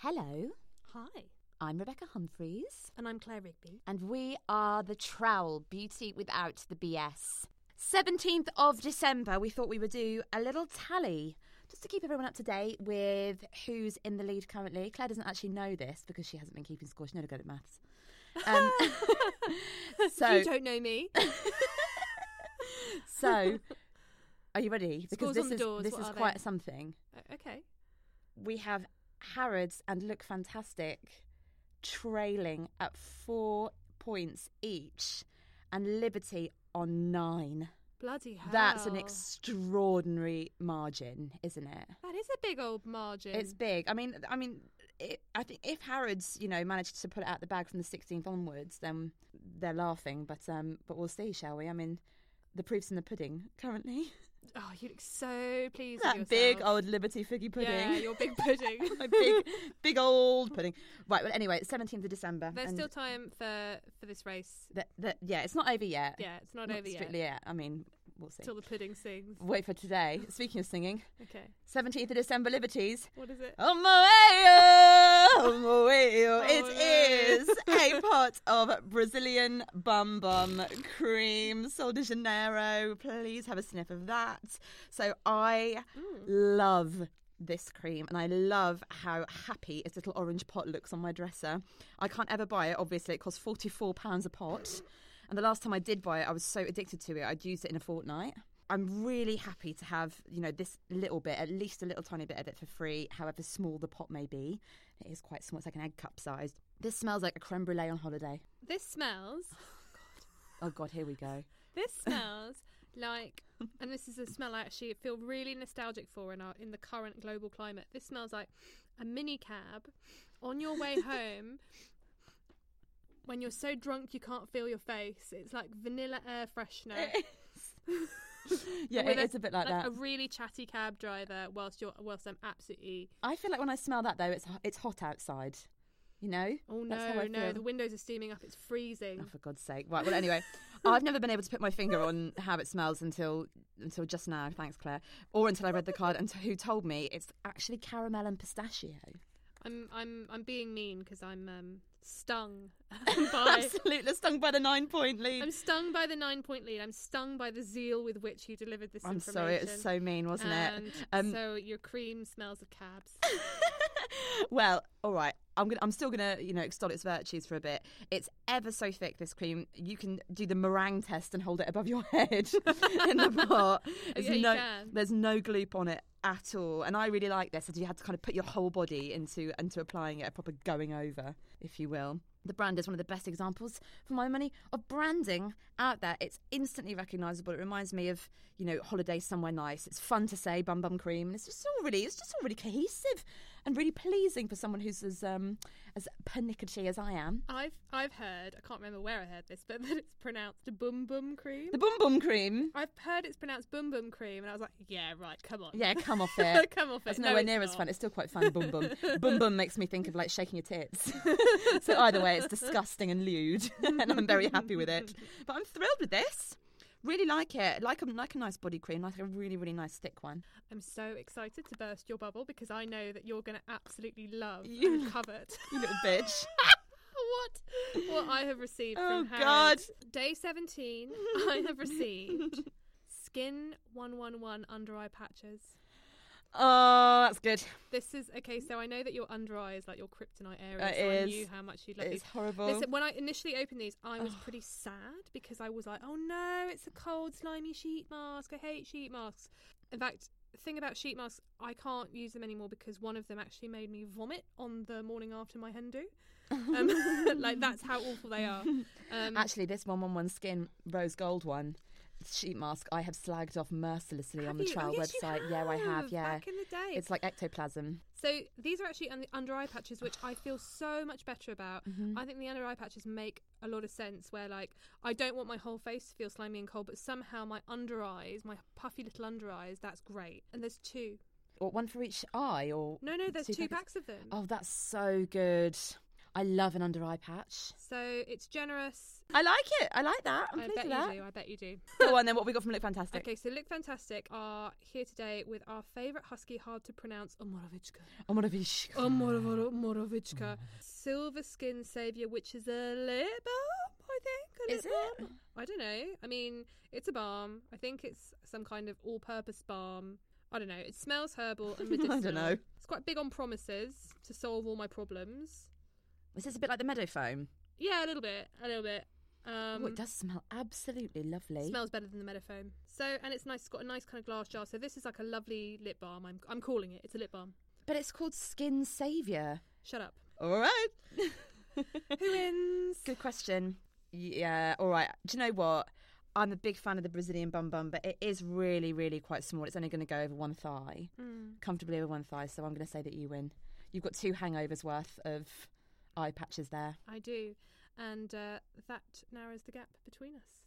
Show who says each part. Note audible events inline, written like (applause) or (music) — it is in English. Speaker 1: Hello,
Speaker 2: Hi,
Speaker 1: I'm Rebecca Humphreys,
Speaker 2: and I'm
Speaker 1: (laughs)
Speaker 2: Claire Rigby.
Speaker 1: and we are the Trowel Beauty Without the BS. 17th of December, we thought we would do a little tally just to keep everyone up to date with who's in the lead currently. Claire doesn't actually know this because she hasn't been keeping score. She's never good at maths. Um,
Speaker 2: (laughs)
Speaker 1: so,
Speaker 2: you don't know me. (laughs)
Speaker 1: so, are you ready? Because
Speaker 2: Scores
Speaker 1: this
Speaker 2: on the
Speaker 1: is
Speaker 2: doors,
Speaker 1: this
Speaker 2: what
Speaker 1: is
Speaker 2: are they?
Speaker 1: quite something.
Speaker 2: O- okay.
Speaker 1: we have Harrods and Look Fantastic trailing at four points each, and Liberty on nine.
Speaker 2: Bloody hell.
Speaker 1: That's an extraordinary margin, isn't it?
Speaker 2: That is a big old margin.
Speaker 1: It's big. I mean, I mean, it, I think if Harrods, you know, managed to pull it out the bag from the 16th onwards, then they're laughing. But um, but we'll see, shall we? I mean, the proof's in the pudding currently.
Speaker 2: oh, you look so pleased
Speaker 1: That
Speaker 2: with
Speaker 1: big
Speaker 2: yourself.
Speaker 1: old Liberty figgy pudding.
Speaker 2: Yeah, your big pudding.
Speaker 1: (laughs) my big, big old pudding. Right. Well, anyway, it's seventeenth of December.
Speaker 2: (laughs) There's
Speaker 1: and
Speaker 2: still time for for this race.
Speaker 1: the, the, yeah, it's not over yet.
Speaker 2: Yeah, it's not,
Speaker 1: Not
Speaker 2: over yet
Speaker 1: strictly yet. I mean, we'll see.
Speaker 2: till the pudding sings.
Speaker 1: Wait for today. Speaking of singing,
Speaker 2: Okay.
Speaker 1: seventeenth of December, Liberties.
Speaker 2: What is it?
Speaker 1: (laughs) On my way, oh, on my way, oh.
Speaker 2: Oh,
Speaker 1: it is (laughs) a pot of Brazilian bum bum cream, Sol de Janeiro. Please have a sniff of that. So I love this cream and I love how happy its little orange pot looks on my dresser. I can't ever buy it, obviously, it costs £44 a pot. And the last time I did buy it, I was so addicted to it, I'd used it in a fortnight. I'm really happy to have, you know, this little bit, at least a little tiny bit of it for free, however small the pot may be. It is quite small, it's like an egg cup sized. This smells like a creme brulee on holiday.
Speaker 2: This smells.
Speaker 1: Oh God, here we go.
Speaker 2: This smells like, and this is a smell I actually feel really nostalgic for in our in the current global climate. This smells like a mini cab on your way home when you're so drunk you can't feel your face. It's like vanilla air
Speaker 1: Eh,
Speaker 2: freshener.
Speaker 1: (laughs) Yeah,
Speaker 2: with
Speaker 1: it is a bit like, that.
Speaker 2: a really chatty cab driver whilst you're whilst I'm absolutely
Speaker 1: I feel like when I smell that though, it's ho- it's hot outside. You know?
Speaker 2: oh
Speaker 1: That's how
Speaker 2: no
Speaker 1: I
Speaker 2: no
Speaker 1: feel.
Speaker 2: the windows are steaming up. It's freezing.
Speaker 1: Oh, for God's sake! Right. Well, anyway, I've never been able to put my finger on how it smells until until just now. Thanks, Claire, or until I read the card and who told me it's actually caramel and pistachio.
Speaker 2: I'm I'm I'm being mean because I'm um,
Speaker 1: (laughs)
Speaker 2: stung (laughs) by
Speaker 1: Absolutely stung by the nine point lead.
Speaker 2: I'm stung by the nine point lead. I'm stung by the zeal with which you delivered this
Speaker 1: I'm
Speaker 2: information.
Speaker 1: sorry, it was so mean, wasn't
Speaker 2: and
Speaker 1: it? Um,
Speaker 2: so your cream smells of cabs.
Speaker 1: (laughs) Well, all right. I'm gonna. I'm still gonna, you know, extol its virtues for a bit. It's ever so thick. This cream. You can do the meringue test and hold it above your (laughs) head in the
Speaker 2: (laughs)
Speaker 1: pot. There's
Speaker 2: Yeah, you
Speaker 1: no.
Speaker 2: can.
Speaker 1: There's no gloop on it at all. And I really like this. As you had to kind of put your whole body into into applying it, a proper going over, if you will. The brand is one of the best examples, for my money, of branding out there. It's instantly recognisable. It reminds me of, you know, holidays somewhere nice. It's fun to say bum bum cream, and it's just all really, it's just all really cohesive and really pleasing for someone who's as um as pernickety as I am.
Speaker 2: I've I've heard I can't remember where I heard this, but (laughs) that it's pronounced boom boom cream.
Speaker 1: The bum bum cream.
Speaker 2: I've heard it's pronounced boom boom cream, and I was like, yeah, right, come on, (laughs)
Speaker 1: Yeah, come off it.
Speaker 2: come off it.
Speaker 1: That's
Speaker 2: No,
Speaker 1: nowhere
Speaker 2: it's
Speaker 1: near as
Speaker 2: not.
Speaker 1: fun. It's still quite fun. Bum
Speaker 2: (laughs)
Speaker 1: bum. bum bum makes me think of like shaking your tits. (laughs) so either way, it's disgusting and lewd, (laughs) and I'm very happy with it. But I'm thrilled with this. Really like it. Like a like a nice body cream. Like a really really nice thick one.
Speaker 2: I'm so excited to burst your bubble because I know that you're going to absolutely love
Speaker 1: You-
Speaker 2: you covered.
Speaker 1: You little bitch.
Speaker 2: (laughs) what what I have received
Speaker 1: Oh,
Speaker 2: from Harrods. Day seventeen, I have received skin one one one under eye patches.
Speaker 1: Oh, that's good.
Speaker 2: This is okay. So I know that your under eye is like your kryptonite area.
Speaker 1: It
Speaker 2: so
Speaker 1: is.
Speaker 2: I knew how much you love
Speaker 1: It's
Speaker 2: these.
Speaker 1: horrible.
Speaker 2: Listen, when I initially opened these, I
Speaker 1: Oh.
Speaker 2: was pretty sad because I was like, "Oh no, it's a cold, slimy sheet mask. I hate sheet masks." In fact, the thing about sheet masks, I can't use them anymore because one of them actually made me vomit on the morning after my hen do. Um, (laughs) like that's how awful they
Speaker 1: (laughs)
Speaker 2: are. Um,
Speaker 1: Actually, this one one one skin rose gold one sheet mask I have slagged off mercilessly on
Speaker 2: have
Speaker 1: the
Speaker 2: you- oh,
Speaker 1: trial
Speaker 2: yes, you
Speaker 1: website. Yeah, I have. Yeah.
Speaker 2: Back in the day,
Speaker 1: It's like ectoplasm.
Speaker 2: So these are actually un- under eye patches, which I feel so much better about.
Speaker 1: Mm-hmm.
Speaker 2: I think the under eye patches make a lot of sense. Where like I don't want my whole face to feel slimy and cold, but somehow my under eyes, my puffy little under eyes, that's great. And there's two.
Speaker 1: Or one for each eye, or
Speaker 2: No, no, there's
Speaker 1: Two
Speaker 2: two
Speaker 1: packets.
Speaker 2: packs of them.
Speaker 1: Oh, that's so Oh, good. I love an under eye patch.
Speaker 2: So it's generous.
Speaker 1: I like it. I like that. I'm
Speaker 2: I
Speaker 1: pleased
Speaker 2: bet
Speaker 1: with
Speaker 2: you
Speaker 1: that.
Speaker 2: do. I bet you do.
Speaker 1: Go on then. What have we got from Look Fantastic?
Speaker 2: Okay, so Look Fantastic are here today with our favourite husky, hard to pronounce,
Speaker 1: (laughs)
Speaker 2: Omorovichka.
Speaker 1: I'm gonna be sh-
Speaker 2: Omorovichka. Silver skin saviour, which is a lip balm, I think. A
Speaker 1: Is
Speaker 2: lip balm? I don't know. I mean, it's a balm. I think it's some kind of all purpose balm. I don't know. It smells herbal
Speaker 1: (laughs)
Speaker 2: and
Speaker 1: I don't
Speaker 2: medicinal.
Speaker 1: know.
Speaker 2: It's quite big on promises to solve all my problems.
Speaker 1: Is this a bit like the meadow foam?
Speaker 2: Yeah, a little bit. A little bit. Um,
Speaker 1: oh, it does smell absolutely lovely.
Speaker 2: Smells better than the Metafoam. So, and it's nice. It's got a nice kind of glass jar. So this is like a lovely lip balm. I'm I'm calling it. It's a lip balm.
Speaker 1: but it's called Skin Savior. (laughs)
Speaker 2: Shut up.
Speaker 1: All right.
Speaker 2: Who wins?
Speaker 1: Good question. Yeah, all right. Do you know what? I'm a big fan of the Brazilian bum bum, but it is really, really quite small. It's only going to go over one thigh,
Speaker 2: Mm,
Speaker 1: comfortably over one thigh. So I'm going to say that you win. You've got two hangovers worth of eye patches there.
Speaker 2: I do, and uh, that narrows the gap between us.